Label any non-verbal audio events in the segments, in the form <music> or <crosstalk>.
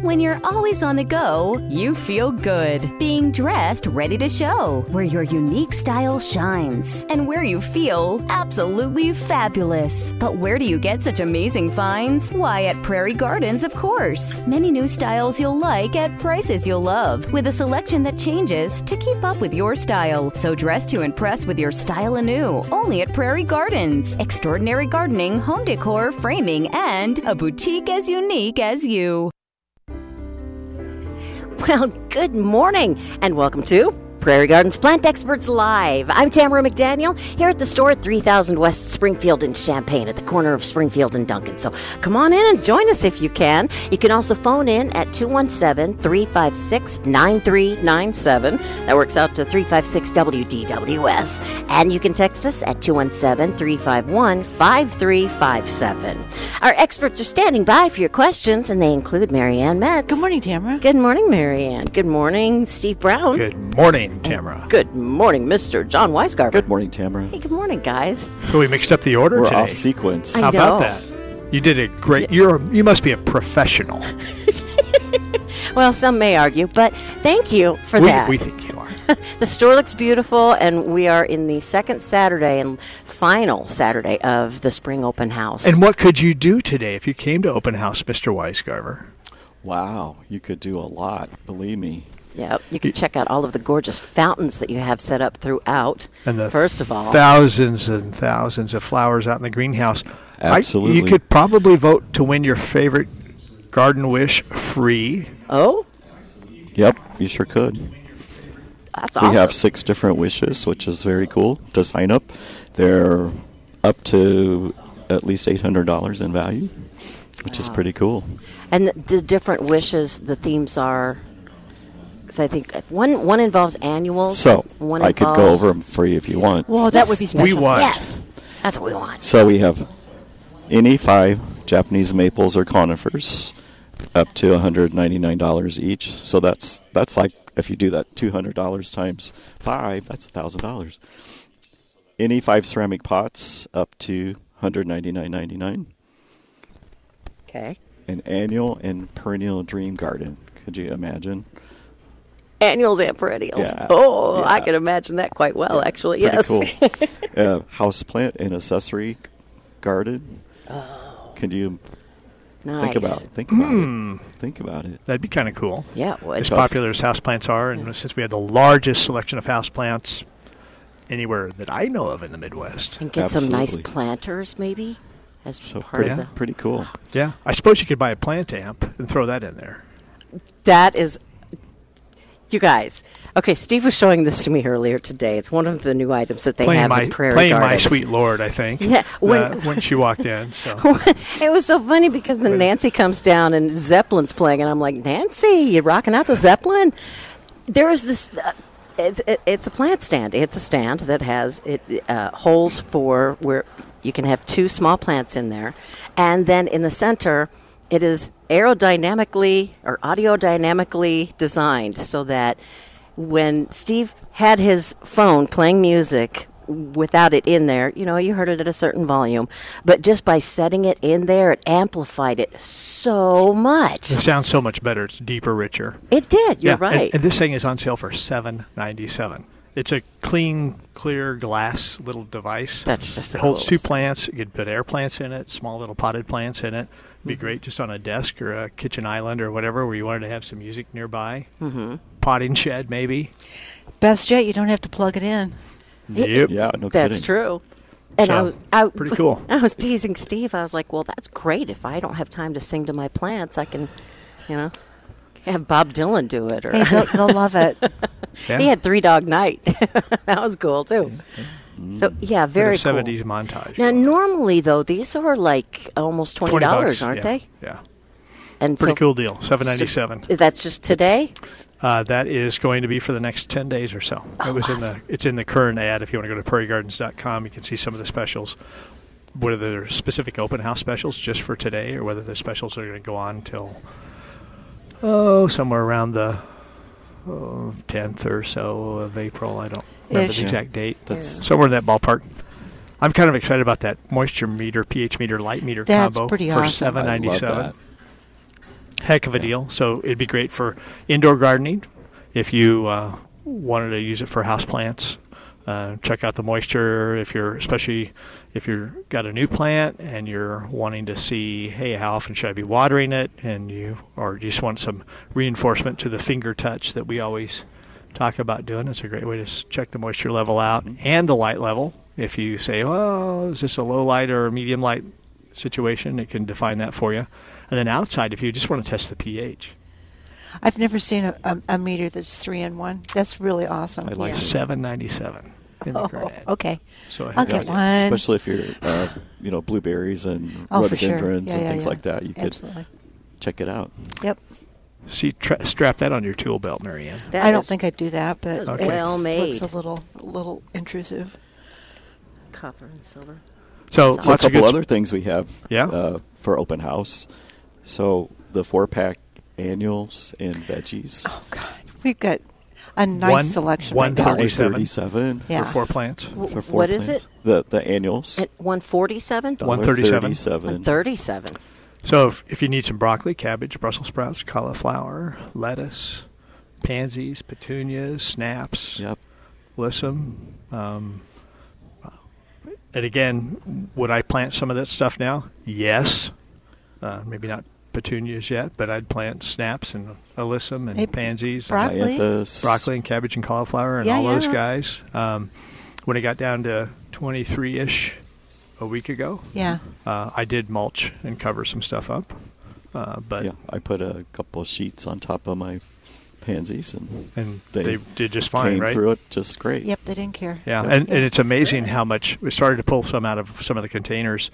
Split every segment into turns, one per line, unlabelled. When you're always on the go, you feel good. Being dressed ready to show where your unique style shines and where you feel absolutely fabulous. But where do you get such amazing finds? Why, at Prairie Gardens, of course. Many new styles you'll like at prices you'll love with a selection that changes to keep up with your style. So dress to impress with your style anew only at Prairie Gardens. Extraordinary gardening, home decor, framing, and a boutique as unique as you.
Well, good morning and welcome to Prairie Gardens Plant Experts Live. I'm Tamara McDaniel here at the store at 3000 West Springfield in Champaign at the corner of Springfield and Duncan. So come on in and join us if you can. You can also phone in at 217 356 9397. That works out to 356 WDWS. And you can text us at 217 351 5357. Our experts are standing by for your questions, and they include Marianne Metz.
Good morning, Tamara.
Good morning, Marianne. Good morning, Steve Brown.
Good morning, Tamara.
Good morning, Mr. John Weisgarber.
Good morning, Tamara.
Hey, good morning, guys.
So we mixed up the order
We're
today.
off sequence.
I
How about
know.
that? You did a great. You're you must be a professional.
Well, some may argue, but thank you for
we,
that.
we think you are.
the store looks beautiful, and we are in the second Saturday and final Saturday of the spring open house.
and what could you do today if you came to open house, Mr. Weisgarver?
Wow, you could do a lot, believe me.
yep, you can check out all of the gorgeous fountains that you have set up throughout.
And the
first of all,
thousands and thousands of flowers out in the greenhouse. I- you
Absolutely.
could probably vote to win your favorite garden wish free.
oh,
Yep, you sure could.
that's awesome.
We have six different wishes, which is very cool to sign up. They're up to at least $800 in value, which is pretty cool.
And th- the different wishes, the themes are. Because I think one one involves annuals.
So
one
I could go
involves- Oh,
over them for you if you want.
Well, that would be special.
We want.
Yes, that's what we want.
So we have any five Japanese maples or conifers up to $199 each. So that's that's like if you do that $200 times 5, that's $1000. Any five ceramic pots up to $199.99.
Okay.
An annual and perennial dream garden. Could you imagine?
annuals and perennials.
Yeah.
Oh, I
Yeah.
can imagine that quite well, actually.
Pretty
<laughs> Yes.
cool. uh, house plant and accessory garden. Oh. Could you
nice.
think about think about it? Think about it.
That'd be kind of cool.
Yeah, it would.
As popular as houseplants are, and since we have the largest selection of houseplants anywhere that I know of in the Midwest.
And get some nice
Absolutely.
planters, maybe, as
So
part
pretty,
of the.
pretty cool.
Yeah. I suppose you could buy a plant amp and throw that in there.
That is. You guys. Okay, Steve was showing this to me earlier today. It's one of the new items that they
playing
have
my
in Prairie
playing my
Gardens.
sweet lord, I think.
Yeah, when-
uh, when she walked in.
<laughs>
So
it was so funny because then Nancy comes down and Zeppelin's playing, and I'm like, Nancy, you rocking out to Zeppelin? There is this. Uh, it's, it, it's a plant stand. It's a stand that has it uh, holes for where you can have two small plants in there, and then in the center, it is aerodynamically or audiodynamically designed so that when Steve had his phone playing music without it in there, you know, you heard it at a certain volume, but just by setting it in there, it amplified it so much.
it sounds so much better. It's deeper, richer.
It did. You're
and-
right.
And, this thing is on sale for seven ninety seven. It's a clean, clear glass little device.
That's just the
it holds two
coolest.
plants. You could put air plants in it, small little potted plants in it.
Mm-hmm.
Be great just on a desk or a kitchen island or whatever where you wanted to have some music nearby. Mm-hmm. Potting shed maybe.
Best yet, you don't have to plug it in.
Yep.
Yeah, no
That's
kidding.
true. And I
So,
was I,
pretty cool.
<laughs> I was teasing Steve. I was like, "Well, that's great. If I don't have time to sing to my plants, I can, you know, have Bob Dylan do it." Or
Hey,
<laughs>
they'll, they'll love it.
Yeah.
he had Three Dog Night. <laughs> that was cool too. Mm. So yeah, very cool.
seventies montage.
Now, normally though, these are like almost twenty dollars,
bucks,
aren't
yeah,
they?
Yeah.
And
Pretty
so-
cool deal. Seven
so
ninety seven.
that's just today.
Uh, that is going to be for the next 10 days or so.
Oh,
it was in the it's in the current ad. If you want to go to prairiegardens.com, you can see some of the specials. Whether they're specific open house specials just for today, or whether the specials are going to go on till oh somewhere around the oh, 10th or so of April. I don't remember
Ish.
the exact date.
That's- Yeah.
somewhere in that ballpark. I'm kind of excited about that moisture meter, pH meter, light meter
That's
combo
pretty
for
awesome.
I love
7.97.
that.
heck of a deal. So it'd be great for indoor gardening if you uh, wanted to use it for house plants. Uh, check out the moisture if you're especially if you're got a new plant and you're wanting to see hey how often should I be watering it and you or you just want some reinforcement to the finger touch that we always talk about doing. It's a great way to s- check the moisture level out and the light level. If you say, oh, is this a low light or a medium light situation, it can define that for you. And then outside, if you just want to test the pH,
I've never seen a, a, a meter that's three in one. That's really awesome.
I like
yeah.
797 in the
Oh,
grad.
okay.
So I
I'll
think
get
that's-
one. And-
Especially if you're, uh, you know, blueberries and
Oh, for sure.
rhododendrons
Yeah,
and
yeah,
things
yeah.
like that. You
Absolutely.
could check it out.
Yep.
See, tra- strap that on your tool belt, Marianne.
That
I don't
is
think I'd do that, but
Okay.
it
well made.
looks a little, a little intrusive.
copper and silver.
So,
So
So a
lots of
couple
good
other things we have
Yeah.
uh, for open house. So the four pack annuals and veggies.
Oh God, we've got a nice
One-
selection.
one
right now.
thirty.
137
Yeah.
for four plants.
for four
What is
plants.
it?
The the annuals.
At 147?
One- 137.
137.
So if, if you need some broccoli, cabbage, Brussels sprouts, cauliflower, lettuce, pansies, petunias, snaps,
Yep.
Listen, Um, and again, would I plant some of that stuff now? Yes. Uh, maybe not petunias yet, but I'd plant snaps and alyssum and
Hey,
pansies,
Brock-
and
Broccoli?
Dianthus.
broccoli and cabbage and cauliflower and
Yeah,
all those
yeah.
guys. Um, when it got down to 23 ish a week ago,
Yeah.
uh, I did mulch and cover some stuff up. Uh, but
Yeah, I put a couple of sheets on top of my pansies and
and they,
They
did just fine,
came
right?
through it just great.
Yep. They didn't care.
Yeah,
Yeah.
and,
Yeah.
and it's amazing how much we started to pull some out of some of the containers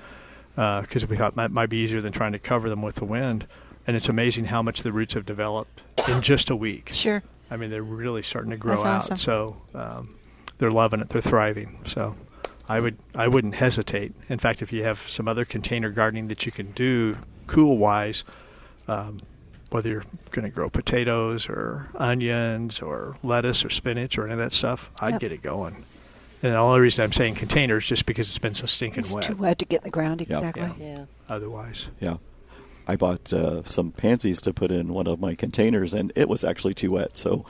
because we thought that might be easier than trying to cover them with the wind. And it's amazing how much the roots have developed in just a week.
Sure.
I mean, they're really starting to grow
That's
out.
awesome.
So um, they're loving it. They're thriving. So I would I wouldn't hesitate. In fact, if you have some other container gardening that you can do cool wise, um, whether you're going to grow potatoes or onions or lettuce or spinach or any of that stuff, I'd
Yep.
get it going. And the only reason I'm saying containers just because it's been so stinking
It's
wet.
too wet to get in the ground.
Yeah.
Exactly.
Yeah.
Yeah.
Otherwise,
Yeah. I bought uh, some pansies to put in one of my containers, and it was actually too
<laughs>
wet, so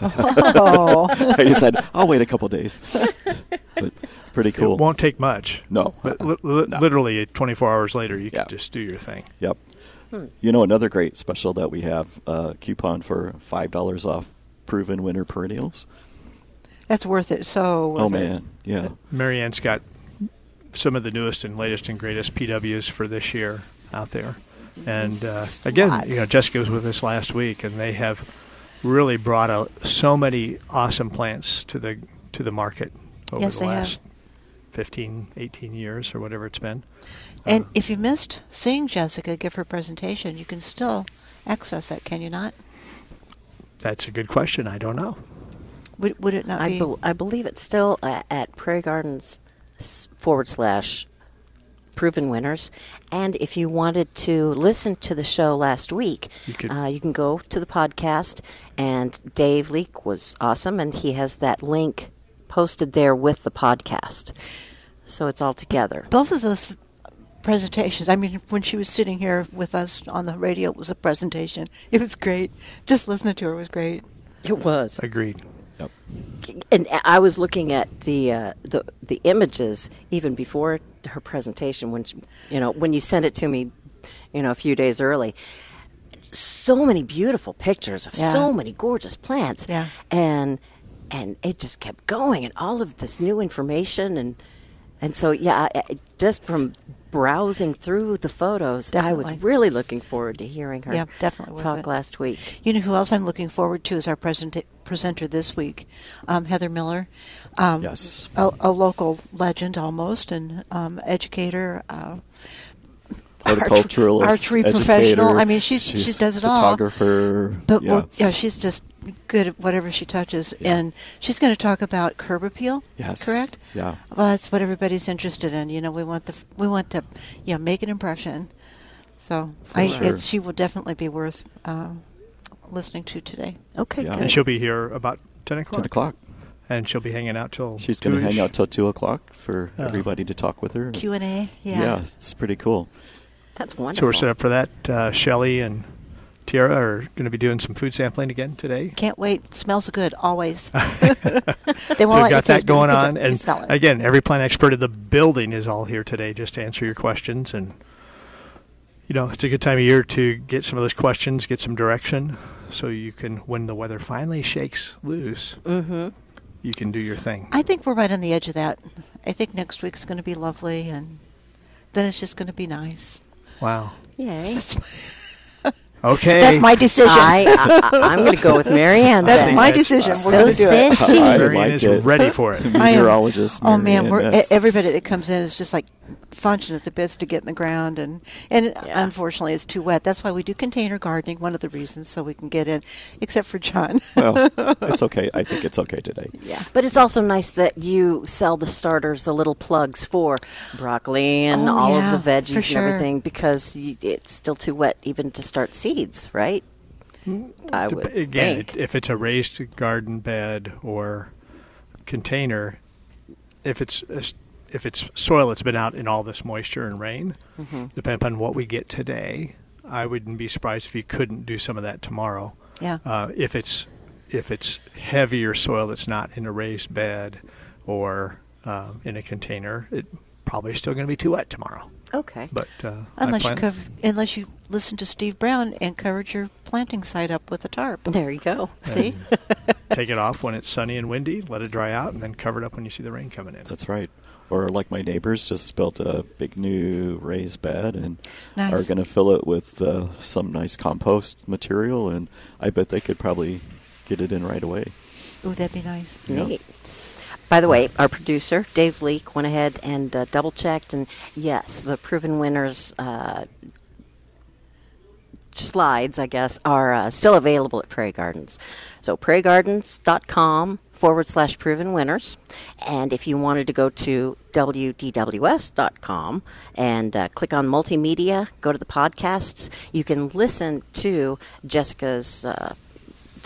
<laughs> Oh,
I decided I'll wait a
<laughs>
couple days. but pretty cool.
it won't take much.
No.
<laughs> But li- li-
No.
literally 24 hours later, you
Yeah.
can just do your thing.
Yep.
Hmm.
You know another great special that we have uh, coupon for five dollars off proven winter perennials.
that's worth it. So worth
oh
it.
man,
Uh,
yeah,
Marianne's got some of the newest and latest and greatest PWs for this year out there. And uh, again,
Lots.
you know, Jessica was with us last week, and they have really brought out so many awesome plants to the to the market over
Yes,
the
they have.
last 15, 18 years or whatever it's been.
And
Uh-huh.
Uh,
if you missed seeing Jessica give her presentation, you can still access that, can you not?
that's a good question. I don't know.
Would, would it not
I,
be?
bel I believe it's still uh, at Prairie Gardens s- forward slash proven winners. And if you wanted to listen to the show last week,
You could-
uh, you can go to the podcast. And Dave Leake was awesome, and he has that link posted there with the podcast. So it's all together.
both of those presentations. I mean, when she was sitting here with us on the radio, it was a presentation. It was great. Just listening to her was great.
It was.
Agreed.
yep.
and I was looking at the uh, the the images even before her presentation when she, you know when you sent it to me, you know a few days early. So many beautiful pictures of
Yeah.
so many gorgeous plants,
Yeah.
and and it just kept going and all of this new information and and so yeah, I, I- just from browsing through the photos, I was
Definitely.
really looking forward to hearing her
Yeah, definitely worth
talk
it.
last week.
You know who else I'm looking forward to is our present- presenter this week, um, Heather Miller. Um,
Yes.
a, a local legend almost, and um, educator. Uh,
Horticulturalist,
archery
educator,
professional. I mean, she's, she does it all.
Photographer,
But
yeah,
yeah. yeah, she's just good at whatever she touches,
Yeah.
and she's going to talk about curb appeal.
Yes.
correct.
Yeah.
well, that's what everybody's interested in. You know, we want the f- we want to, you know, make an impression. So I,
sure.
it's, she will definitely be worth uh, listening to today. Oh,
Okay,
Yeah.
And she'll be here about 10 o'clock.
ten o'clock.
And she'll be hanging out till
She's going to
2-ish.
hang out till two o'clock for
Oh.
everybody to talk with her.
Q and A. Yeah. <laughs>
yeah, it's pretty cool.
that's wonderful.
So we're set up for that. Uh, Shelly and Tiara are going to be doing some food sampling again today.
Can't wait. Smells good
<laughs>
always. <laughs> they won't
So we've
let you
got that
taste, but you
going
can
on,
ju-
and
smell it.
again, every plant expert in the building is all here today just to answer your questions. And you know, it's a good time of year to get some of those questions, get some direction, so you can, when the weather finally shakes loose, you can do your thing.
Mm-hmm. I think we're right on the edge of that. I think next week's going to be lovely, and then it's just going to be nice.
Wow. <laughs>
Yay.
Okay.
That's my decision.
I, I, I'm going to go with Marianne.
That's
then.
my
that's
decision.
fine.
We're going
So
to do it.
says she.
I
Marion
like
is
<laughs>
it.
ready for it.
I am-
Meteorologist.
Oh man,
Marianne,
we're, e-
that's-
everybody that comes in is just like funching at the bits to get in the ground, and and
Yeah.
unfortunately it's too wet. That's why we do container gardening. One of the reasons so we can get in, except for John. <laughs>
well, it's okay. I think it's okay today.
yeah.
But it's also nice that you sell the starters, the little plugs for broccoli and
Oh,
all
yeah,
of the veggies
for sure.
and everything because you, it's still too wet even to start seeds, right? I would
Hmm, Again,
think.
it- if it's a raised garden bed or container, if it's if it's soil that's been out in all this moisture and rain,
Mm-hmm.
depending upon what we get today, I wouldn't be surprised if you couldn't do some of that tomorrow.
Yeah.
Uh, if it's if it's heavier soil that's not in a raised bed or uh, in a container, it probably still going to be too wet tomorrow.
okay.
But uh, I
Unless you
plan-
cover, unless you listen to Steve Brown and covered your planting site up with a tarp.
there you go.
<laughs>
See,
take it off when it's sunny and windy, let it dry out, and then cover it up when you see the rain coming in.
That's right. Or like my neighbors just built a big new raised bed and
Nice.
are going to fill it with uh, some nice compost material, and I bet they could probably get it in right away.
ooh, that'd be nice.
Yeah.
Neat. By the way, our producer, Dave Leake, went ahead and uh, double checked. And yes, the proven winners uh, slides, I guess, are uh, still available at Prairie Gardens. So prairiegardens.com forward slash proven winners. And if you wanted to go to WDWS.com and uh, click on multimedia, go to the podcasts, you can listen to Jessica's. Uh, d-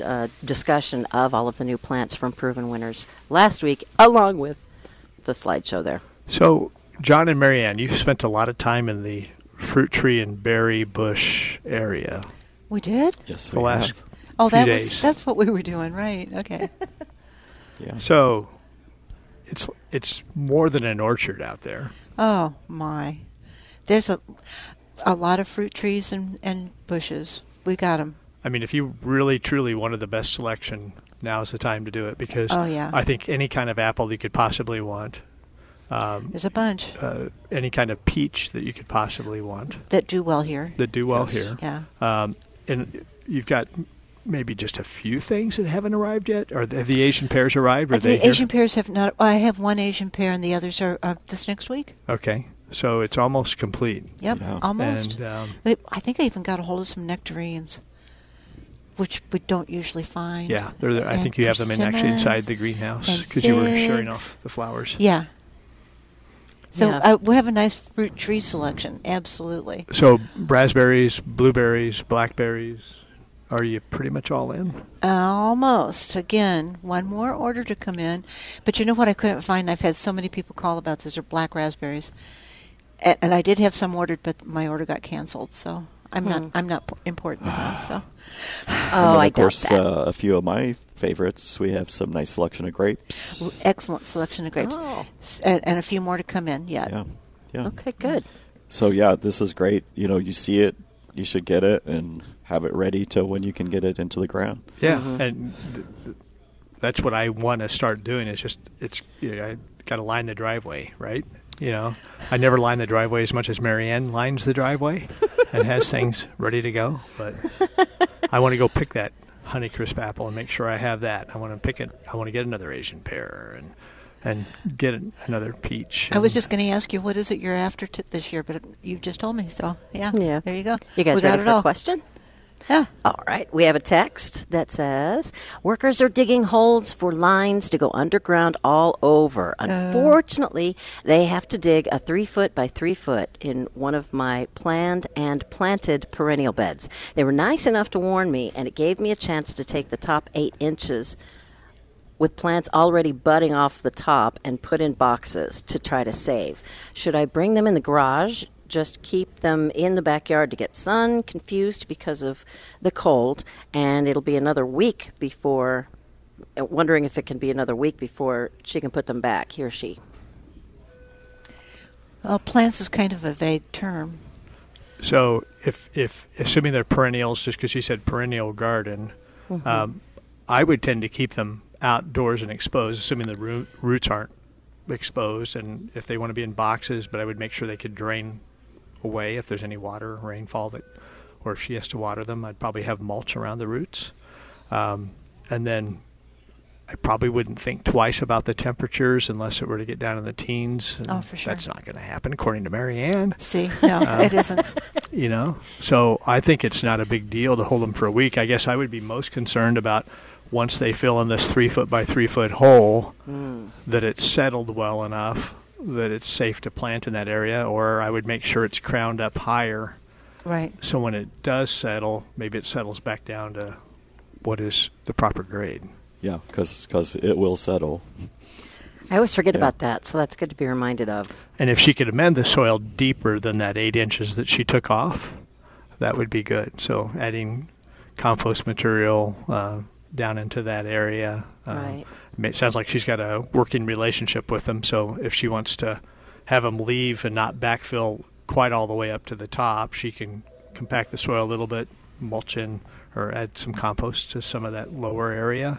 uh, discussion of all of the new plants from Proven Winners last week, along with the slideshow there.
So, John and Marianne, you've spent a lot of time in the fruit tree and berry bush area.
We did.
Yes,
The
we
last-
have.
Oh,
Few
that
days.
was that's what we were doing, right? Okay.
Yeah.
So, it's it's more than an orchard out there.
Oh my, there's a a lot of fruit trees and and bushes. We got them.
I mean, if you really truly wanted the best selection, now's the time to do it because
Oh, yeah.
I think any kind of apple you could possibly want, um,
There's a bunch
uh, any kind of peach that you could possibly want,
that do well here.
that do well
Yes.
here.
Yeah.
Um, and you've got maybe just a few things that haven't arrived yet. Or have the Asian pears arrived? Or are
the
they here?
Asian pears have not. I have one Asian pear, and the others are uh, this next week.
Okay, so it's almost complete.
Yep,
Yeah.
almost.
And um,
Wait, I think I even got a hold of some nectarines, which we don't usually find.
yeah, they're, I
And
think you have them in actually inside
persimmons.
the greenhouse
and
because you were showing
figs.
off the flowers.
Yeah. So
Yeah.
uh, we have a nice fruit tree selection. Absolutely.
So raspberries, blueberries, blackberries. Are you pretty much all in?
Almost. Again, one more order to come in. But you know what I couldn't find? I've had so many people call about this are black raspberries. And, and I did have some ordered, but my order got canceled. So I'm
Hmm.
not I'm not p- important enough. So
Oh,
and then,
I
of course,
doubt that.
Uh, a few of my favorites. We have some nice selection of grapes.
<sighs> excellent selection of grapes.
Oh.
S- And, and a few more to come in yet.
Yeah, yeah.
okay, good.
So yeah, this is great. You know, you see it, you should get it, and have it ready to when you can get it into the ground.
Yeah,
Mm-hmm.
and th- th- that's what I want to start doing. Is just it's you know, I got to line the driveway, right? You know, I never line the driveway as much as Marianne lines the driveway and has things ready to go. But I want to go pick that Honeycrisp apple and make sure I have that. I want to pick it. I want to get another Asian pear and and get an- another peach.
I was
and-
just going to ask you, what is it you're after t- this year? But you just told me. So yeah.
Yeah.
There you go.
You guys
we got
ready
it
for
all.
a question?
Yeah.
All right. We have a text that says workers are digging holes for lines to go underground all over.
Uh.
Unfortunately, they have to dig a three foot by three foot in one of my planned and planted perennial beds. They were nice enough to warn me, and it gave me a chance to take the top eight inches with plants already budding off the top and put in boxes to try to save. Should I bring them in the garage? just keep them in the backyard to get sun, confused because of the cold, and it'll be another week before, uh, wondering if it can be another week before she can put them back, he or she.
Well, plants is kind of a vague term.
So if if assuming they're perennials, just because you said perennial garden,
Mm-hmm.
um, I would tend to keep them outdoors and exposed, assuming the root, roots aren't exposed, and if they want to be in boxes. But I would make sure they could drain away if there's any water or rainfall that, or if she has to water them, I'd probably have mulch around the roots, um, and then. I probably wouldn't think twice about the temperatures unless it were to get down in the teens. and
Oh, for sure.
That's not going to happen, according to Marianne
See,
<laughs>
no, it isn't.
you know so i think it's not a big deal to hold them for a week i guess i would be most concerned about once they fill in this three foot by three foot hole that it's settled well enough that it's safe to plant in that area or i would make sure it's crowned up higher
Right.
so when it does settle maybe it settles back down to what is the proper grade
Yeah, because it will settle.
I always forget
Yeah.
about that, so that's good to be reminded of.
and if she could amend the soil deeper than that eight inches that she took off, that would be good. So adding compost material uh, down into that area. Um,
Right.
I mean, It sounds like she's got a working relationship with them. So if she wants to have them leave and not backfill quite all the way up to the top, she can compact the soil a little bit, mulch in, or add some compost to some of that lower area.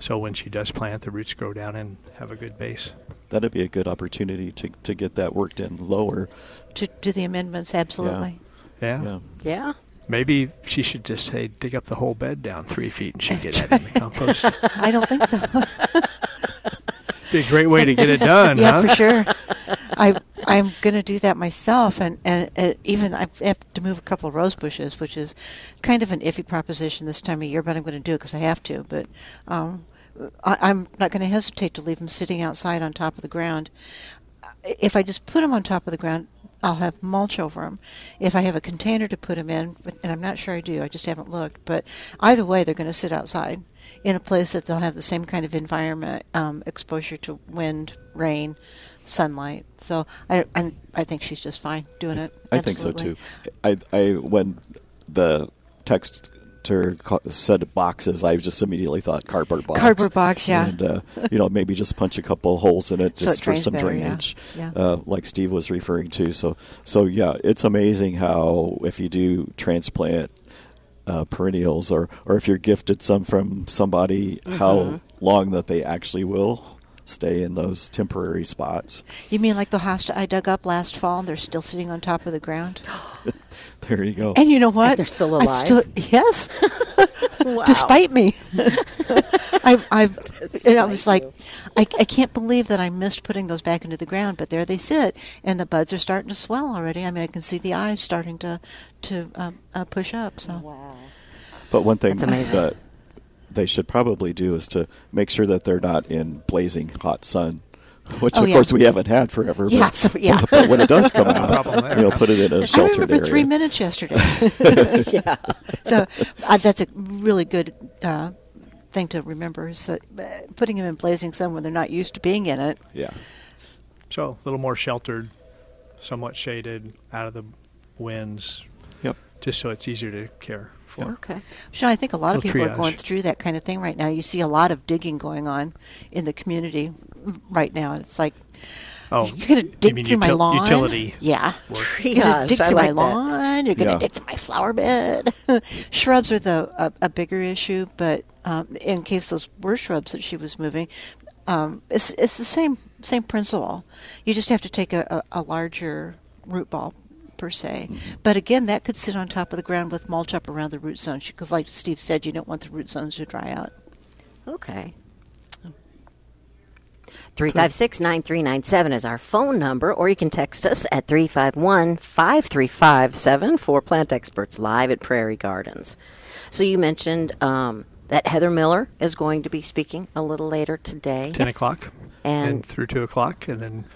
So when she does plant, the roots grow down and have a good base.
That'd be a good opportunity to, to get that worked in lower.
To do the amendments, absolutely.
Yeah.
Yeah. <laughs>
Maybe she should just say, dig up the whole bed down three feet and she'd get it
<laughs>
in the compost.
I don't think so. <laughs>
Be a great way to get it done,
yeah,
huh?
for sure. I I'm gonna do that myself, and and uh, even I have to move a couple of rose bushes, which is kind of an iffy proposition this time of year, but I'm going to do it because I have to. But um, I, I'm not going to hesitate to leave them sitting outside on top of the ground. If I just put them on top of the ground. I'll have mulch over them. If I have a container to put them in, but, and I'm not sure I do, I just haven't looked. But either way, they're going to sit outside in a place that they'll have the same kind of environment, um, exposure to wind, rain, sunlight. So I, I, I think she's just fine doing it.
I think so
Absolutely.
too. I, I when the texter co- said boxes, I just immediately thought cardboard box.
Cardboard box, yeah.
And uh, you know, maybe just punch a couple holes in it
So
just
it
for
drains
some
better, yeah.
drainage,
Yeah.
Uh, like Steve was referring to. So so yeah, it's amazing how if you do transplant uh, perennials or or if you're gifted some from somebody, how
Mm-hmm.
long that they actually will stay in those temporary spots.
You mean like the hosta I dug up last fall? and They're still sitting on top of the ground.
There you go.
And you know what?
they're still
I'm
alive.
yes,
Wow.
despite
<laughs>
me. I, I, and I was
Despite
like, I, I can't believe that I missed putting those back into the ground, but there they sit, and the buds are starting to swell already. I mean, I can see the eyes starting to to um, uh, push up. So
Wow.
But one thing
That's amazing.
that they should probably do is to make sure that they're not in blazing hot sun, <laughs> which
Oh,
of
yeah.
course we haven't had forever.
yeah, <laughs>
But,
so, yeah.
<laughs> but when it does
<laughs>
come out,
problem there,
you know,
huh?
put it in a
I
sheltered
remember
area.
three minutes
<laughs>
yesterday.
<laughs> yeah.
so uh, that's a really good uh, thing to remember. Is that, uh, putting them in blazing sun when they're not used to being in it.
Yeah,
So a little more sheltered, somewhat shaded, out of the winds,
yep.
just so it's easier to care for.
Okay.
Sean, I think a lot of
Little
people are
triage.
going through that kind of thing right now. You see a lot of digging going on in the community right now. It's like
Oh,
you're going to dig
you mean
through my
util-
lawn.
Utility.
Yeah.
work.
You're gonna
Gosh,
dig
I
through my
like that.
lawn. You're going to
Yeah.
dig through my flower bed. <laughs> shrubs are the a, a bigger issue, but um, in case those were shrubs that she was moving, um, it's it's the same same principle. You just have to take a, a, a larger root ball per se. But again, that could sit on top of the ground with mulch up around the root zones because, like Steve said, you don't want the root zones to dry out.
Okay. 356 9397 is our phone number, or you can text us at 351 5357 for Plant Experts Live at Prairie Gardens. So you mentioned um, that Heather Miller is going to be speaking a little later today.
10 o'clock
And-
through 2 o'clock. And then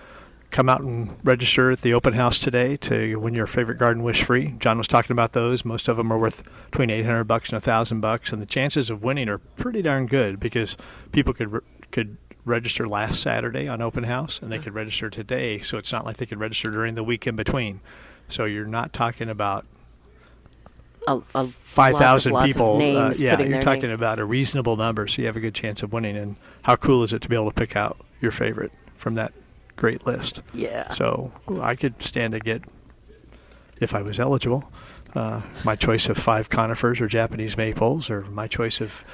come out and register at the open house today to win your favorite garden wish free. John was talking about those. Most of them are worth between 800 bucks and 1000 bucks. And the chances of winning are pretty darn good because people could, re- could register last Saturday on open house and they could register today. So it's not like they could register during the week in between. So you're not talking about
A, a
five
lots of-
thousand
lots of
people. uh,
names
yeah,
putting
you're
their
talking
name-
about a reasonable number, so you have a good chance of winning. And how cool is it to be able to pick out your favorite from that great list?
Yeah.
So I could stand to get, if I was eligible, uh, my choice of five conifers or Japanese maples, or my choice of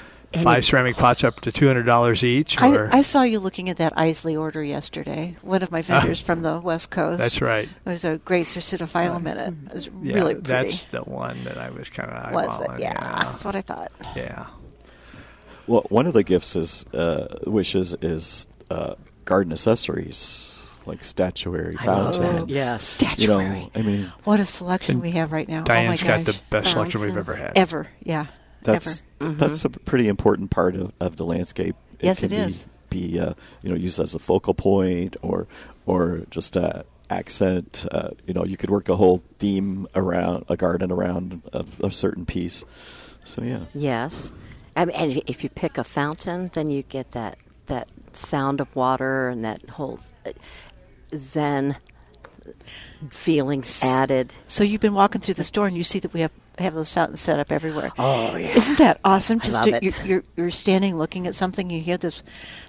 five ceramic pots up to two hundred dollars each. Or
I, I saw you looking at that Isley order yesterday. One of my vendors from the West Coast.
that's right.
It was a great Cercidophilum in it. It was
Yeah,
really pretty.
that's the one that I was kind of eyeballing.
was it? Yeah, <laughs> that's what I thought.
yeah.
Well, one of the gifts is uh, wishes is uh, garden accessories like statuary,
Oh,
fountain.
Yes.
You know,
Statuary.
I mean,
what a selection we have right now.
Diane's
oh my
got
gosh.
the best selection we've ever
Fountains.
had.
ever. Yeah.
that's
ever. Mm-hmm.
that's a pretty important part of, of the landscape.
Yes,
can
it is.
Be, be, uh, you know used as a focal point or or just a accent. Uh, you know, you could work a whole theme around a garden around a, a certain piece. So yeah,
Yes. I mean, and if you pick a fountain, then you get that that sound of water and that whole uh, zen feeling added.
So you've been walking through the store and you see that we have have those fountains set up everywhere. Oh yeah. Isn't that awesome? Just
love
to,
it.
You're, you're you're standing looking at something you hear this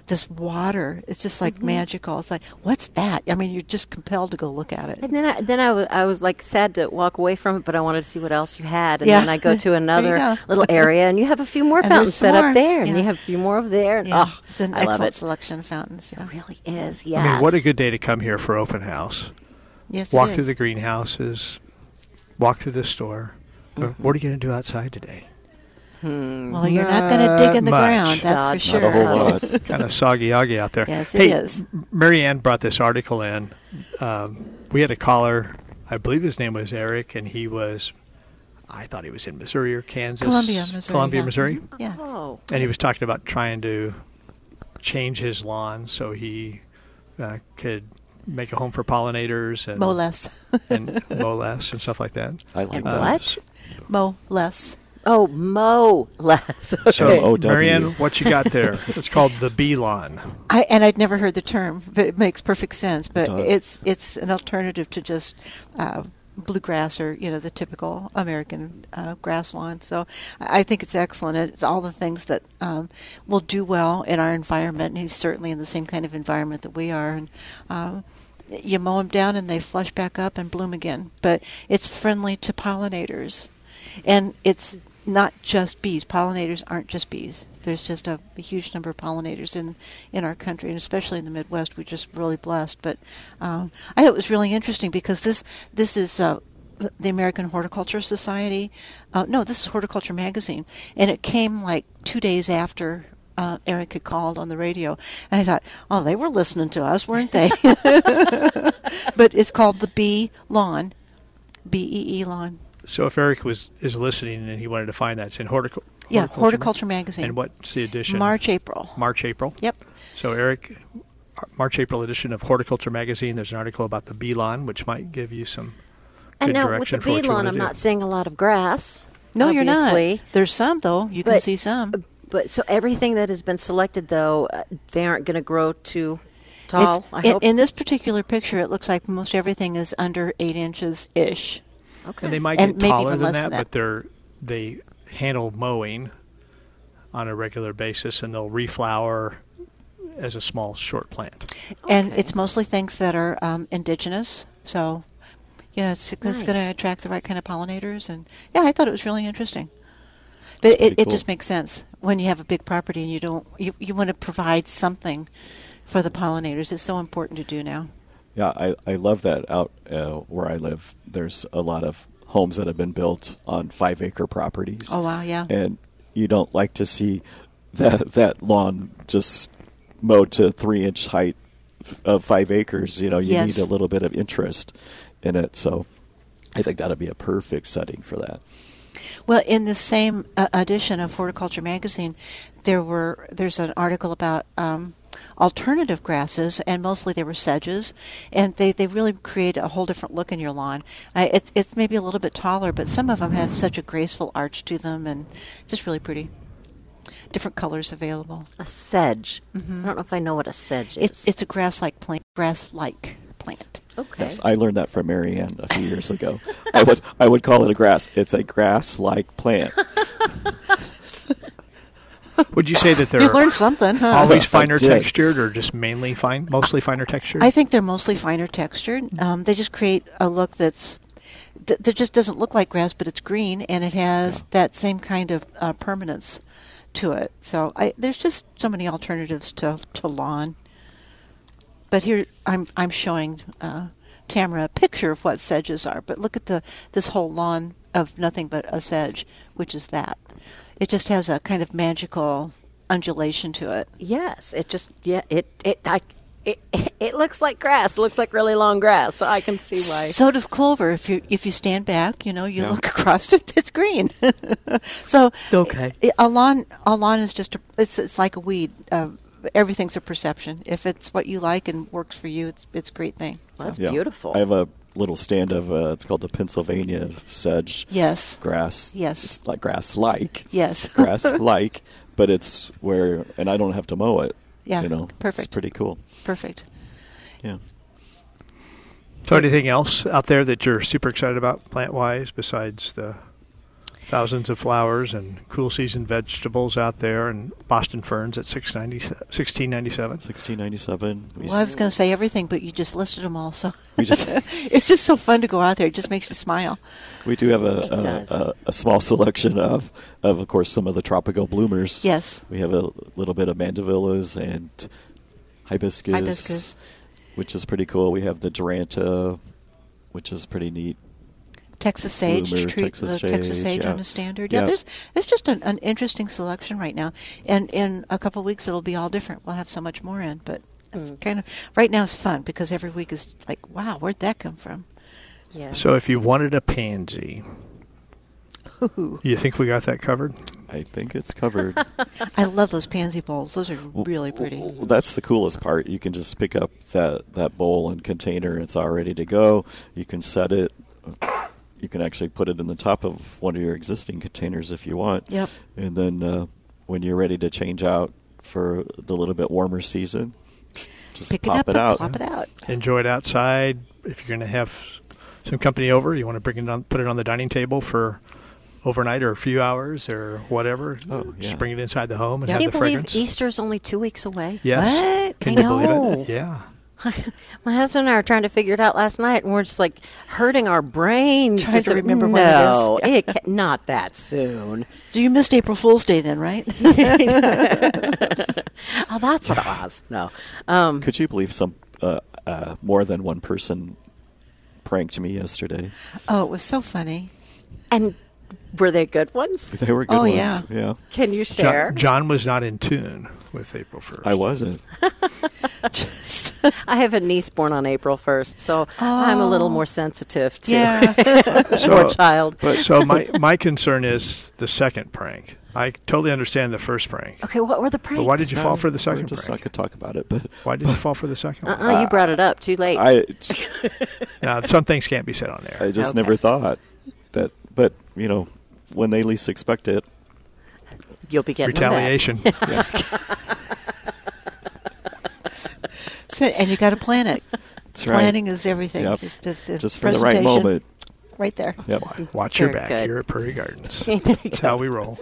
this water. It's just like
Mm-hmm.
magical. It's like what's that? I mean, you're just compelled to go look at it.
And then I, then I was, I was like sad to walk away from it, but I wanted to see what else you had. And
Yeah.
then I <laughs> go to
There you
another
go.
little area, <laughs> and you have a few more
And
fountains
there's some
set
more.
up there, and
Yeah.
you have a few more over there. And,
Yeah.
Oh,
It's an
I
excellent
love it. Oh,
selection of fountains. Yeah.
It really is.
I
Yes.
mean, what a good day to come here for open house.
Yes. it
walk through
is.
the greenhouses, walk through the store. Uh,
Mm-hmm.
What are you going to do outside
<laughs>
today?
Well, you're not going to dig in the
Not
ground.
much.
That's for
Not
sure.
a whole
<laughs>
lot.
kind of soggy oggy out there.
Yes, it
hey,
is.
M- Mary Ann brought this article in. Um, we had a caller, I believe his name was Eric, and he was, I thought he was in Missouri or Kansas.
Columbia, Missouri.
Columbia,
yeah.
Missouri.
Mhm. Yeah.
Oh.
And he was talking about trying to change his lawn so he uh, could make a home for pollinators and
Mo less.
and mow less and stuff like that. Uh,
I like
And
that.
what?
s-
Mo less.
Oh, Mo less.
So,
Okay.
M.O.W..
Marianne, what you got there? It's called the bee lawn.
I, and I'd never heard the term, but it makes perfect sense. But
does.
it's it's an alternative to just uh, bluegrass or you know the typical American uh, grass lawn. So I I think it's excellent. It's all the things that um, will do well in our environment, and he's certainly in the same kind of environment that we are. And um, you mow them down, and they flush back up and bloom again. But it's friendly to pollinators, and it's not just bees. Pollinators aren't just bees. There's just a, a huge number of pollinators in, in our country, and especially in the Midwest, we're just really blessed. But um, I thought it was really interesting because this this is uh, the American Horticulture Society. Uh, no, this is Horticulture Magazine, and it came like two days after. Uh, Eric had called on the radio, and I thought, "Oh, they were listening to us, weren't they?" <laughs> but it's called the Bee Lawn, B E E Lawn.
So if Eric was is listening and he wanted to find that, it's in horticulture.
Yeah, Horticulture Magazine.
And what's the edition?
March, April.
March, April.
Yep.
So Eric, our March, April edition of Horticulture Magazine. There's an article about the bee lawn, which might give you some.
And
good
now with the
direction for what
bee
you
lawn,
wanna
I'm
do.
not seeing a lot of grass.
No,
obviously. uh,
you're not. There's some though. You can see some.
But so everything that has been selected, though, uh, they aren't going to grow too tall.
It's-
I
in,
hope.
in this particular picture, it looks like most everything is under eight inches ish.
okay.
And they might
And
get
maybe
taller
even
than
less
that,
than that.
but they're they handle mowing on a regular basis, and they'll reflower as a small short plant.
And
Okay.
it's mostly things that are um, indigenous. So, you know, it's, it's going
Nice.
to attract the right kind of pollinators. And yeah, I thought it was really interesting. But it,
pretty
it
cool.
just makes sense when you have a big property and you don't, you, you want to provide something for the pollinators. It's so important to do now.
Yeah, I, I love that out uh, where I live. There's a lot of homes that have been built on five acre properties.
Oh, wow, yeah.
And you don't like to see that that lawn just mowed to three inch height of five acres. You know, you
Yes.
need a little bit of interest in it. So I think that'll be a perfect setting for that.
Well, in the same uh, edition of Horticulture Magazine, there were there's an article about um, alternative grasses, and mostly they were sedges, and they, they really create a whole different look in your lawn. Uh, it, it's maybe a little bit taller, but some of them have such a graceful arch to them, and just really pretty. Different colors available.
a sedge. I don't know if I know what a sedge is.
It's it's a grass like plant, grass like plant.
Okay.
Yes, I learned that from Mary Ann a few years ago. I would I would call it a grass. It's a grass-like
<laughs>
plant.
Would you say that they're
You learned something, huh?
always
I
finer
did.
textured, or just mainly fine, mostly finer textured?
I think they're mostly finer textured. Um, they just create a look that's th- that just doesn't look like grass, but it's green and it has that same kind of uh, permanence to it. So I, there's just so many alternatives to, to lawn. But here I'm I'm showing uh, Tamara a picture of what sedges are. But look at the this whole lawn of nothing but a sedge, which is that. It just has a kind of magical undulation to it.
Yes, it just yeah it it I, it <laughs> it looks like grass. It looks like really long grass. So I can see why.
So does clover. If you if you stand back, you know you
Yeah.
look <laughs> across it. It's green. <laughs> so
Okay.
i- a lawn a lawn is just a, it's it's like a weed. Uh, everything's a perception. If it's what you like and works for you, it's it's a great thing.
That's
Yeah.
beautiful.
I have a little stand of uh, it's called the Pennsylvania sedge
Yes.
grass.
Yes.
It's like grass-like.
Yes.
<laughs>
<laughs>
grass-like, but it's where and I don't have to mow it.
Yeah,
You know. It's
perfect.
pretty cool.
Perfect.
Yeah.
so, anything else out there that you're super excited about plant wise besides the thousands of flowers and cool season vegetables out there and Boston ferns at 690, 1697?
1697. We,
Well, I was going to say everything, but you just listed them all. So
we
<laughs>
just
it's just so fun to go out there. It just makes you smile.
we do have
It
a
does.
a, a a small <laughs> selection of of of course some of the tropical bloomers.
Yes.
We have a little bit of mandevillas and hibiscus,
Hibiscus.
which is pretty cool. We have the duranta, which is pretty neat.
Texas sage,
Bloomer,
tree-
Texas
the Texas
sage,
sage on
yeah.
a standard. Yeah,
Yeah.
there's there's just an, an interesting selection right now, and in a couple of weeks it'll be all different. We'll have so much more in, but it's kind of right now it's fun because every week is like, wow, where'd that come from?
yeah.
So, if you wanted a pansy, you think we got that covered?
I think it's
<laughs>
covered.
I love those pansy bowls; those are really pretty.
Well, that's the coolest part. You can just pick up that, that bowl and container. It's all ready to go. You can set it. You can actually put it in the top of one of your existing containers if you want.
Yep.
And then uh, when you're ready to change out for the little bit warmer season, just
Pick
pop
it up
it
and
out.
plop it out.
enjoy it outside. If you're going to have some company over, you want to bring it on, put it on the dining table for overnight or a few hours or whatever.
Oh, yeah.
Just bring it inside the home and
Yeah.
have
Can't
the
believe
fragrance.
Easter's only two weeks away.
yes.
What?
Can
I
you believe
know.
it? Yeah.
My husband and I were trying to figure it out last night, and we're just like hurting our brains
Trying
just
to remember
no,
when it is.
it ca- not that soon.
So you missed April Fool's Day then, right?
Oh, that's what it was. No, um,
Could you believe some uh, uh, more than one person pranked me yesterday?
oh, it was so funny.
and were they good ones?
They were good
Oh,
ones.
yeah.
yeah.
Can you share?
John, John was not in tune with April 1st.
I wasn't.
I have a niece born on April first, so I'm a little
Oh.
more sensitive to <laughs>
Yeah,
poor child.
But so my, my concern is the second prank. I totally understand the first prank.
Okay, what were the pranks?
But why did you fall for the
We're
second
just not
prank?
going to talk about it, but
Why did you fall for the second one?
Uh-uh, you brought it up too late.
I.
Now, some things can't be said on
I
<laughs>
there.
just
Okay.
never thought that, but you know, when they least expect it,
You'll be getting them back.
Retaliation.
so, and you got to plan it.
it's right.
Planning is everything.
Yep.
Just, just,
just for the right moment.
right there.
<laughs>
Yep.
Watch your
Very
back
good.
here at Prairie Gardens. That's how we roll.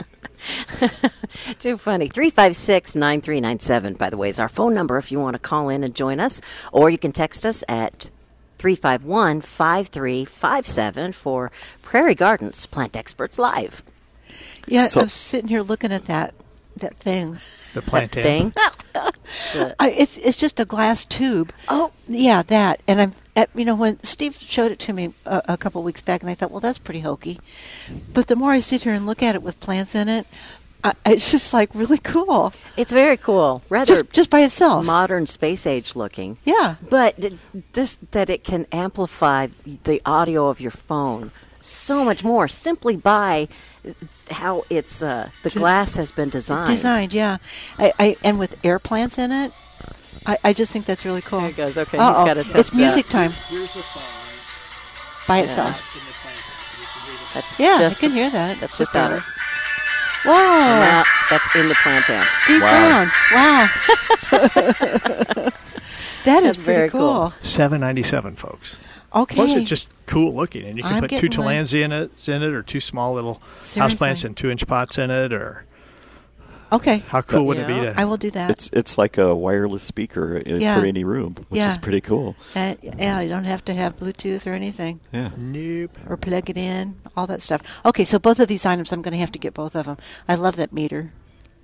Too funny. 356 9397, by the way, is our phone number if you want to call in and join us. Or you can text us at 351 5357 for Prairie Gardens Plant Experts Live.
Yeah,
So-
I'm sitting here looking at that that
<laughs>
thing.
The plant
Thing.
I, it's it's just a glass tube.
Oh.
yeah, that. And I'm at, you know when Steve showed it to me a, a couple weeks back, and I thought, well, that's pretty hokey. But the more I sit here and look at it with plants in it, I, it's just like really cool,
It's very cool. Rather
just just by itself.
modern space age looking.
Yeah.
But th- just that it can amplify the audio of your phone so much more simply by how it's uh, the glass has been designed.
Designed, yeah. I, I and with air plants in it, I, I just think that's really cool.
There he goes. Okay, he's
Uh-oh.
gotta test
It's
that.
music time. By itself.
That's
Yeah,
just
I can hear that.
That's
With
without
the-
it.
Wow.
Nah, that's in the plant amp.
Steve
Wow.
Brown. Wow. <laughs> That is
That's
pretty
very cool.
cool.
Seven ninety seven, folks.
Okay.
Plus, it's just cool looking, and you can
I'm
put two
getting one.
tillandsias in it, in it, or two small little
Seriously.
houseplants in two inch pots in it, or
okay.
how cool would it
Yeah.
be to?
I will do that.
It's it's like a wireless speaker uh,
Yeah.
for any room, which
Yeah.
is pretty cool.
Uh, yeah, you don't have to have Bluetooth or anything,
Yeah.
nope.
or plug it in, all that stuff. Okay, so both of these items, I'm going to have to get both of them. I love that meter.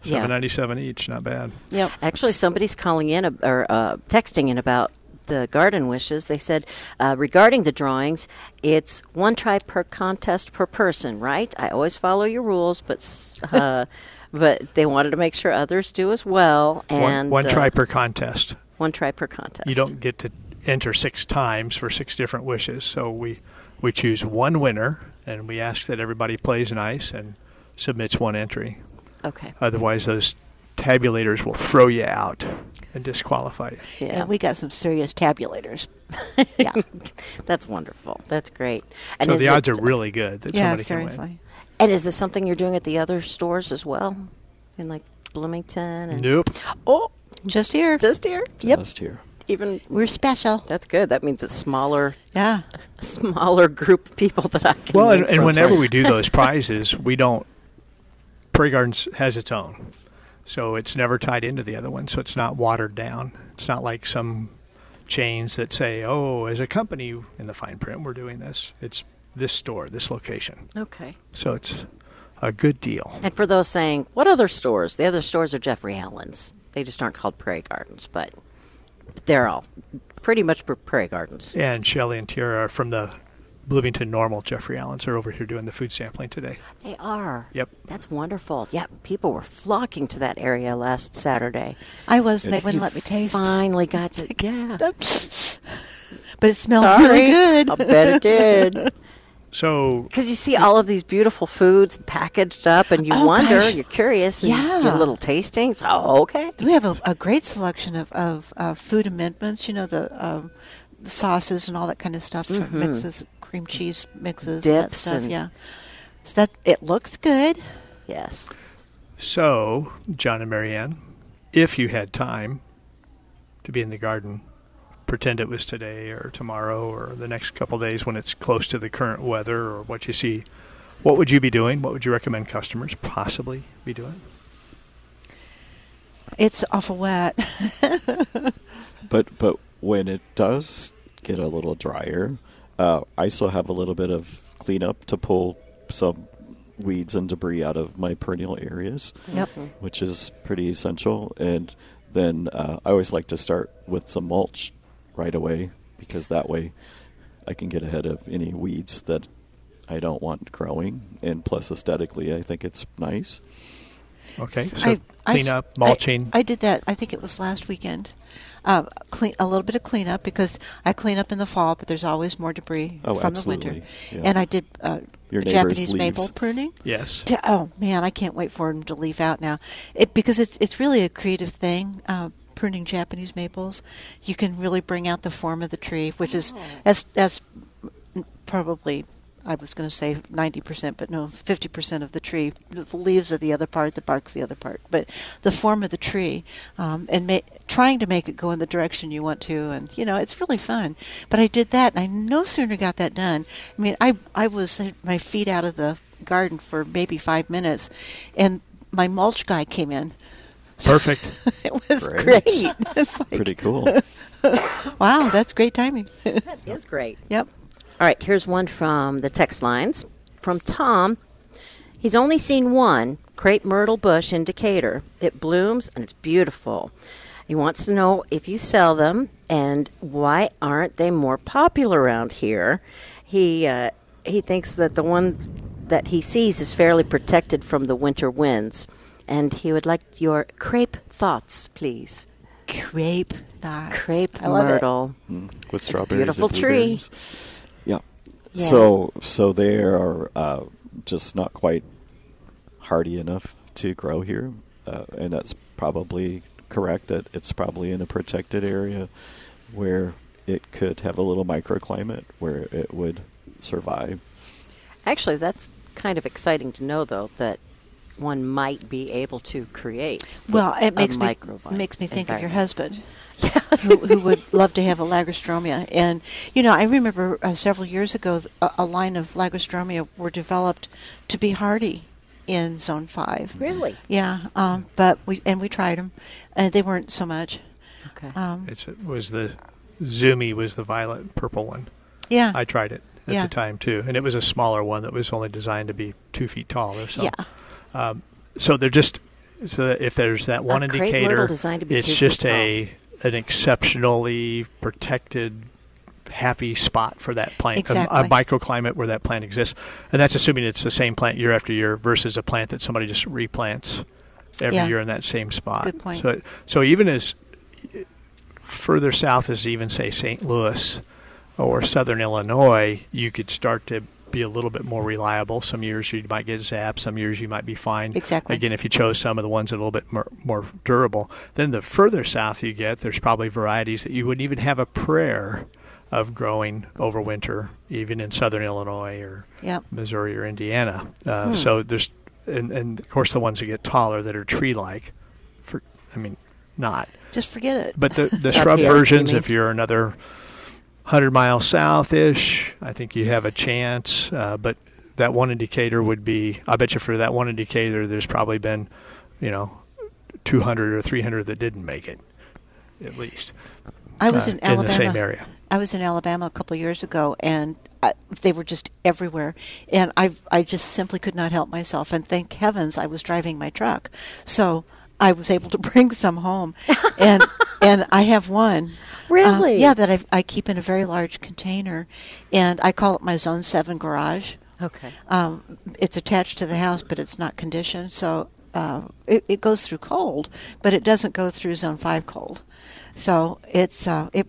Yeah.
Seven ninety seven each, not bad.
Yep.
Actually, somebody's calling in ab- or uh, texting in about the garden wishes. They said uh, regarding the drawings, it's one try per contest per person, right? I always follow your rules, but s-
<laughs>
uh, but they wanted to make sure others do as well. And
one one
uh,
try per contest.
one try per contest.
You don't get to enter six times for six different wishes. So we we choose one winner, and we ask that everybody plays nice and submits one entry.
Okay.
Otherwise, those tabulators will throw you out and disqualify you.
Yeah.
And we got some serious
<laughs>
tabulators.
<laughs>
yeah.
That's wonderful. That's great. And
So
is
the odds
it-
are really good that
yeah,
somebody can win.
seriously.
And is this something you're doing at the other stores as well, in like Bloomington? And-
Nope.
Oh,
Just here.
just here.
Yep.
Just here.
Even
We're special.
that's good. That means it's smaller <laughs>
Yeah.
smaller group of people that I can.
Well, and,
link
and
from.
whenever we do those prizes, we don't. Prairie Gardens has its own, so it's never tied into the other one. So it's not watered down. It's not like some chains that say, "Oh, as a company in the fine print, we're doing this." It's this store, this location.
okay.
So it's a good deal.
And for those saying, what other stores? The other stores are Jeffrey Allen's. They just aren't called Prairie Gardens, but they're all pretty much pr- Prairie Gardens.
And Shelley and Tara are from the Bloomington Normal Jeffrey Allen's are over here doing the food sampling today.
They are.
Yep.
That's wonderful. Yeah, people were flocking to that area last Saturday.
I was. They
If
wouldn't let me taste. <laughs>
Finally got to. <laughs> Yeah.
but it smelled
Sorry.
really good.
I bet it <laughs> did.
So
Because you see all of these beautiful foods packaged up, and you
Oh,
wonder,
gosh.
you're curious, and you
Yeah.
get little tastings. Oh, okay.
We have a, a great selection of, of uh, food amendments, you know, the um, sauces and all that kind of stuff,
Mm-hmm.
mixes, cream cheese mixes, and that
Dips
stuff,
and-
yeah. So that it looks good.
Yes.
So, John and Marianne, if you had time to be in the garden, pretend it was today or tomorrow or the next couple days when it's close to the current weather or what you see, what would you be doing? What would you recommend customers possibly be doing?
It's awful wet.
But but when it does get a little drier, uh, I still have a little bit of cleanup to pull some weeds and debris out of my perennial areas,
yep.
which is pretty essential. And then uh, I always like to start with some mulch right away because that way I can get ahead of any weeds that I don't want growing. And plus, aesthetically, I think it's nice.
<laughs>
Okay, so
I- I
clean
s-
up,
I-
mulching.
I, did that. I think it was last weekend. Uh, clean a little bit of cleanup because I clean up in the fall, but there's always more debris
Oh,
from the
absolutely.
winter.
Yeah.
And I did uh,
Your neighbor's
Japanese maple
leaves.
pruning.
yes.
<laughs> D- Oh man, I can't wait for them to leaf out now, it, because it's it's really a creative thing. Uh, pruning Japanese maples, you can really bring out the form of the tree, which is that's that's probably I was going to say ninety percent, but no, fifty percent of the tree. The leaves are the other part, the bark's the other part, but the form of the tree, um, and ma- trying to make it go in the direction you want to, and you know it's really fun. But I did that, and I no sooner got that done. I mean, I I was uh, my feet out of the garden for maybe five minutes, and my mulch guy came in.
Perfect.
It was great. <laughs>
Great.
it's like,
Pretty cool.
wow, that's great timing.
That is great.
yep.
All right, here's one from the text lines from Tom. He's only seen one crepe myrtle bush in Decatur. It blooms and it's beautiful. He wants to know if you sell them and why aren't they more popular around here. He uh, he thinks that the one that he sees is fairly protected from the winter winds, and he would like your crepe thoughts, please.
Crepe thoughts.
Crepe
I love it.
myrtle.
with
a
strawberries.
beautiful
and
tree.
blueberries. Yeah.
Yeah.
So so they are uh, just not quite hardy enough to grow here, uh, and that's probably correct. That it's probably in a protected area where it could have a little microclimate where it would survive.
Actually, that's kind of exciting to know, though, that one might be able to create.
Well,
with
it makes
a
me
microvine
makes me think of your
environment.
husband, who, who would love to have a lagostromia. And you know, I remember uh, several years ago, th- a, a line of lagostromia were developed to be hardy in Zone Five.
Really?
Yeah. Um, but we and we tried them, and they weren't so much.
<laughs> Okay.
Um,
It's, it was the Zoomy was the violet purple one.
yeah.
I tried it at
Uh-huh. Yeah.
the time too, and it was a smaller one that was only designed to be two feet tall or so.
Yeah.
Um, so they're just so that if there's that one
A crepe
indicator,
myrtle designed to be two
it's
feet
just a an exceptionally protected, happy spot for that plant, a- a,
Exactly.
microclimate where that plant exists, and that's assuming it's the same plant year after year versus a plant that somebody just replants every
Yeah.
year in that same spot.
Good point.
So so even as further south as even say St. Louis or Southern Illinois, you could start to be a little bit more reliable. Some years you might get zapped, some years you might be fine.
Exactly.
Again, if you chose some of the ones that are a little bit more, more durable, then the further south you get, there's probably varieties that you wouldn't even have a prayer of growing over winter, even in Southern Illinois or
Yep. Hmm.
Missouri or Indiana. Uh, So there's, and, and of course, the ones that get taller that are tree like, for I mean, not.
Just forget it.
But the, the shrub
here, you
versions,
mean?
if you're another 100 miles south ish, I think you have a chance. Uh, but that one indicator would be I bet you for that one indicator, there's probably been, you know, 200 or 300 that didn't make it, at least.
I was
uh,
in
in
Alabama.
the same area.
I was in Alabama a couple of years ago, and I, they were just everywhere. And I, I just simply could not help myself. And thank heavens I was driving my truck, so I was able to <laughs> bring some home.
<laughs>
and and I have one. uh,
Really?
yeah, that I, I keep in a very large container, and I call it my Zone Seven garage.
Okay.
Um, it's attached to the house, but it's not conditioned, so uh, it, it goes through cold, but it doesn't go through zone five cold. So it's uh, it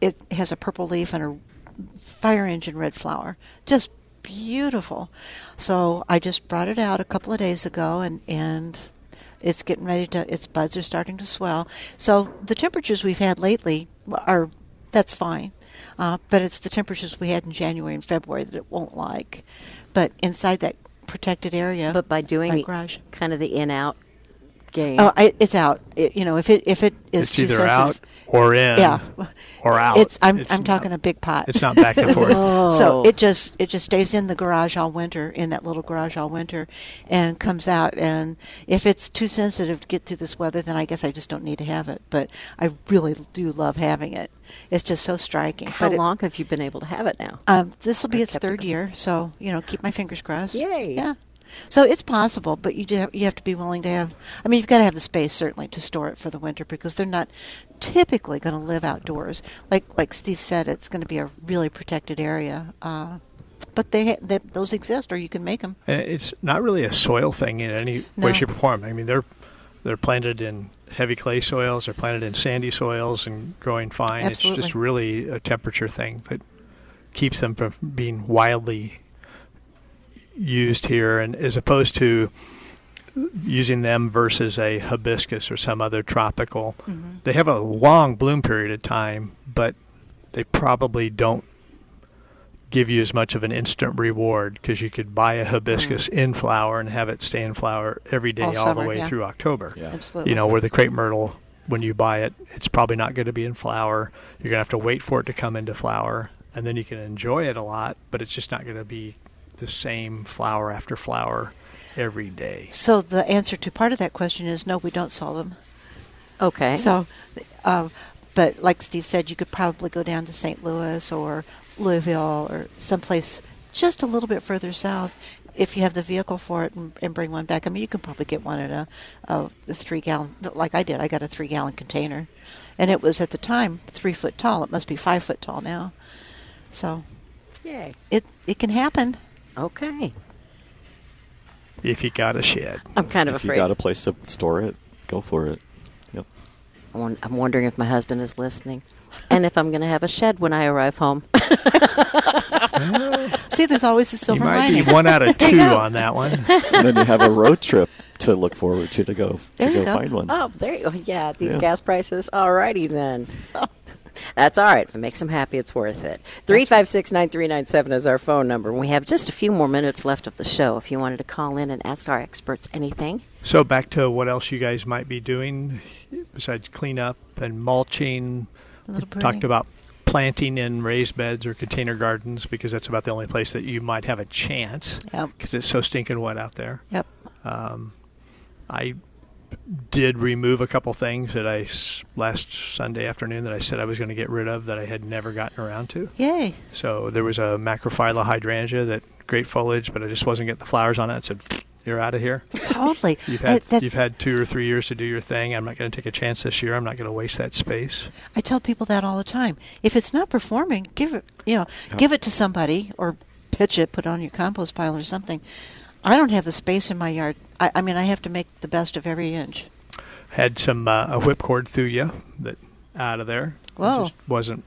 it has a purple leaf and a fire engine red flower, just beautiful. So I just brought it out a couple of days ago, and and it's getting ready to its buds are starting to swell. So the temperatures we've had lately are that's fine. Uh, but it's the temperatures we had in January and February that it won't like. But inside that protected area,
But by doing the-
garage,
kind of the in out game.
oh, I, it's out. It- you know, if it if it is
It's
too
either
sensitive-
out or in
yeah,
or out.
It's I'm
It's
I'm
not-
talking a big pot.
It's not back
<laughs>
and forth.
So
Oh.
it just it just stays in the garage all winter, in that little garage all winter, and comes out. And if it's too sensitive to get through this weather, then I guess I just don't need to have it. But I really do love having it. It's just so striking.
How
But it-
long have you been able to have it now?
um, this will be
Or
its
kept it
third
going.
year, so you know, keep my fingers crossed.
Yay.
Yeah. So it's possible, but you do have, you have to be willing to have. I mean, you've got to have the space certainly to store it for the winter because they're not typically going to live outdoors. Like like Steve said, it's going to be a really protected area. Uh, but they, ha- they those exist, or you can make them.
And Uh, it's not really a soil thing in any
No.
way, shape, or form. I mean, they're they're planted in heavy clay soils, they're planted in sandy soils, and growing fine. It's just
Absolutely.
really a temperature thing that keeps them from being wildly used here, and as opposed to using them versus a hibiscus or some other tropical,
Mm-hmm.
they have a long bloom period of time, but they probably don't give you as much of an instant reward because you could buy a hibiscus in flower and have it stay in flower every day all,
Mm. All
the
summer,
way
yeah.
through October.
Yeah.
Absolutely.
You know, where the crepe myrtle, when you buy it, it's probably not going to be in flower. You're going to have to wait for it to come into flower, and then you can enjoy it a lot, but it's just not going to be the same flower after flower every day.
So the answer to part of that question is no, we don't sell them.
Okay.
So, um, but like Steve said, you could probably go down to St. Louis or Louisville or someplace just a little bit further south if you have the vehicle for it and, and bring one back. I mean, you can probably get one in a, a, a three gallon, like I did. I got a three gallon container, and it was at the time three foot tall. It must be five foot tall now. So
Yay.
it it can happen.
Okay.
If you got a shed.
I'm kind of
if you
afraid.
got a place to store it, go for it. Yep.
I won- I'm wondering if my husband is listening and if I'm going to have a shed when I arrive home.
See, there's always a
<laughs> you
silver
might
lining.
be one
<laughs>
out of two on that one.
and then you have a road trip to look forward to to go
There
to
you
go,
go.
find one.
Oh, there you go. Yeah, these
Yeah.
gas prices. Alrighty then. That's all right. If it makes them happy, it's worth it. 356 9397 is our phone number. We have just a few more minutes left of the show. If you wanted to call in and ask our experts anything,
So back to what else you guys might be doing besides cleanup and mulching.
A
We
little pruning.
talked about planting in raised beds or container gardens because that's about the only place that you might have a chance
Yep.
because it's so stinking wet out there. Um,
Yep.
I did remove a couple things that I s- last Sunday afternoon that I said I was going to get rid of that I had never gotten around to. <laughs>
Yay.
So there was a macrophylla hydrangea that great foliage, but I just wasn't getting the flowers on it. I said, "You're out of here."
Totally.
You've
I,
had
that's-
you've had two or three years to do your thing. I'm not going to take a chance this year. I'm not going to waste that space.
I tell people that all the time. If it's not performing, give it, you know, give it to somebody or pitch it, put it on your compost pile or something. I don't have the space in my yard. I, I mean, I have to make the best of every inch.
Had some uh, a whipcord thuya that out of there. It
Whoa.
just wasn't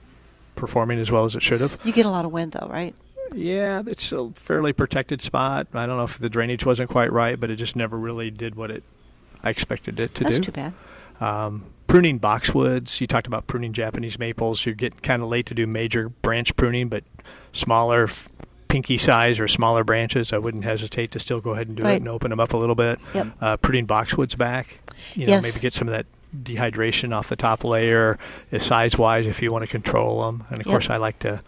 performing as well as it should have.
You get a lot of wind though, right?
Yeah, it's a fairly protected spot. I don't know if the drainage wasn't quite right, but it just never really did what it I expected it to
That's
do.
too bad.
Um, pruning boxwoods. You talked about pruning Japanese maples. You're getting kind of late to do major branch pruning, but smaller, f- pinky size or smaller branches, I wouldn't hesitate to still go ahead and do
Right.
it and open them up a little bit.
Yep.
Uh, pruning boxwoods back. You know,
Yes.
maybe get some of that dehydration off the top layer, size wise, if you want to control them. And of
Yep.
course, I like to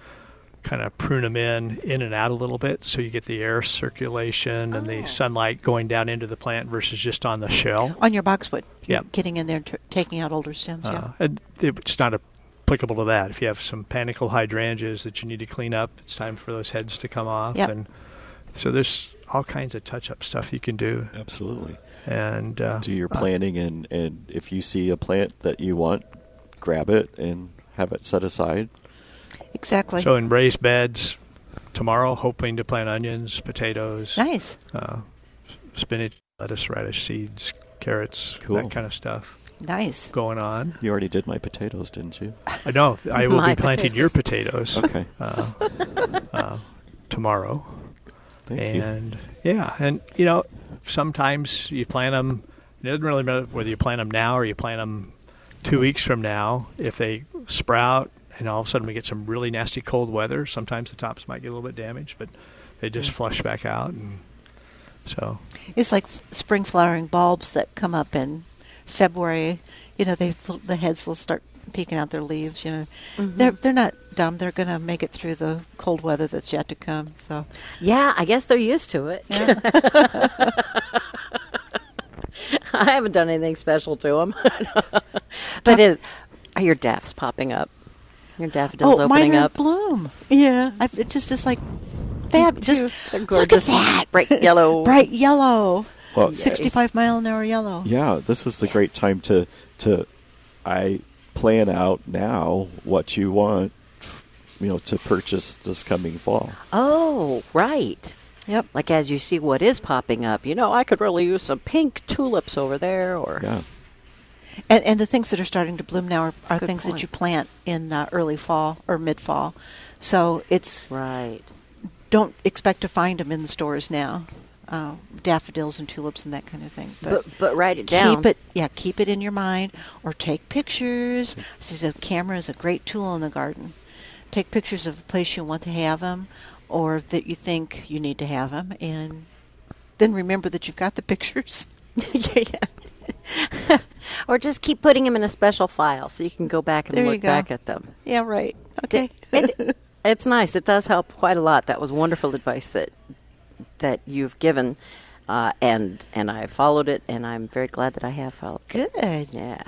kind of prune them in in and out a little bit so you get the air circulation and
Oh.
the sunlight going down into the plant versus just on the shell
On your boxwood. you're
Yep.
Getting in there and t- taking out older stems. yeah.
uh, and it's not applicable to that. If you have some panicle hydrangeas that you need to clean up, it's time for those heads to come off.
Yep.
And so there's all kinds of touch-up stuff you can do.
Absolutely.
And uh,
Do your
uh,
planting, and, and if you see a plant that you want, grab it and have it set aside.
Exactly.
so in raised beds tomorrow, hoping to plant onions, potatoes,
nice.
uh, spinach, lettuce, radish, seeds, carrots,
Cool.
that kind of stuff
Nice.
going on.
You already did my potatoes,
<laughs>
didn't you?
I know I will
My
be planting your potatoes
Okay.
uh, uh, tomorrow.
Thank you.
and yeah, and you know, sometimes you plant them. It doesn't really matter whether you plant them now or you plant them two weeks from now. If they sprout and all of a sudden we get some really nasty cold weather, sometimes the tops might get a little bit damaged, but they just flush back out. And so,
It's like f- spring flowering bulbs that come up in February. You know, they the heads will start peeking out their leaves. You know,
Mm-hmm.
they're they're not dumb. They're going to make it through the cold weather that's yet to come. So,
yeah, I guess they're used to it. <laughs>
<laughs>
I haven't done anything special to them. <laughs> but it, are your daffs popping up? Your daffodils
oh, mine
opening
are in
up?
bloom.
yeah.
I it just is like that. Just
They're
look at
gorgeous.
that
Bright
<laughs>
yellow.
bright yellow,
Well,
sixty-five mile an hour yellow.
Yeah, this is the great time to to I plan out now what you want, you know, to purchase this coming fall.
Oh, right.
Yep.
Like as you see what is popping up, you know, I could really use some pink tulips over there or
Yeah.
And, and the things that are starting to bloom now are, are
Good
things that
point.
you plant in uh, early fall or mid fall. So it's
right.
don't expect to find them in the stores now. Uh, daffodils and tulips and that kind of thing.
But but write it down.
keep it, yeah, keep it in your mind or take pictures. This is a camera is a great tool in the garden. Take pictures of the place you want to have them or that you think you need to have them, and then remember that you've got the
<laughs>
pictures.
yeah. yeah. or just keep putting them in a special file so you can go back and
There you
look
go.
back at them.
Yeah, right. Okay. <laughs>
It, it's nice. It does help quite a lot. That was wonderful advice that that you've given, uh, and and I followed it, and I'm very glad that I have followed. it.
Good.
Yeah.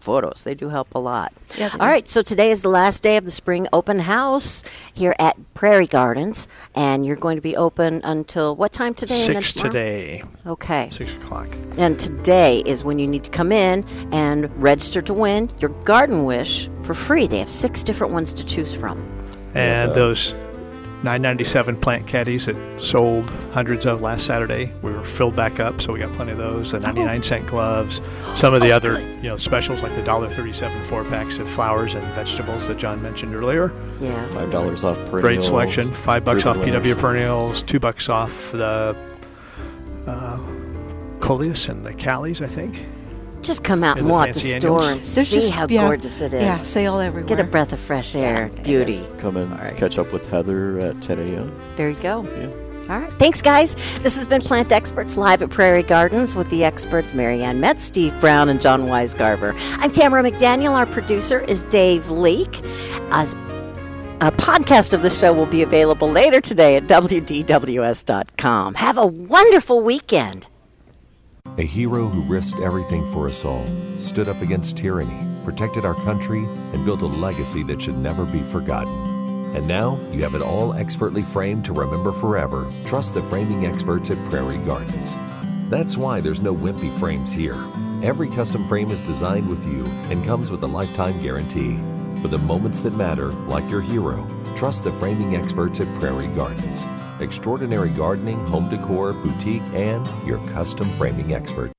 Photos, they do help a lot.
Yeah, they
All
do.
right, so today is the last day of the spring open house here at Prairie Gardens, and you're going to be open until what time today? and then
six
tomorrow?
today,
Okay.
six o'clock.
And today is when you need to come in and register to win your garden wish for free. They have six different ones to choose from.
And those 997 plant caddies that sold hundreds of last Saturday, we were filled back up, so we got plenty of those. The 99 cent gloves, some of the other you know specials like the dollar 37 four packs of flowers and vegetables that John mentioned earlier.
Yeah.
Five dollars off per
Great selection. Five bucks off PW perennials. Two bucks off the uh, coleus and the callies, I think.
Just come out
Yeah,
and
the
walk the
fancy
store and
annuals.
see
There's just-
how
yeah,
gorgeous it is.
Yeah, sale everywhere.
Get a breath of fresh air.
Yeah, it
Beauty.
is.
Come and catch up with Heather at 10 a.m.
There you go.
Yeah.
All right. Thanks, guys. This has been Plant Experts live at Prairie Gardens with the experts Marianne Metz, Steve Brown, and John Wise Garber. I'm Tamara McDaniel. Our producer is Dave Leake. As a podcast of the show will be available later today at WDWS.com. Have a wonderful weekend.
A hero who risked everything for us all, stood up against tyranny, protected our country, and built a legacy that should never be forgotten. And now you have it all expertly framed to remember forever. Trust the framing experts at Prairie Gardens. That's why there's no wimpy frames here. Every custom frame is designed with you and comes with a lifetime guarantee. For the moments that matter, like your hero, trust the framing experts at Prairie Gardens. Extraordinary gardening, home decor, boutique, and your custom framing experts.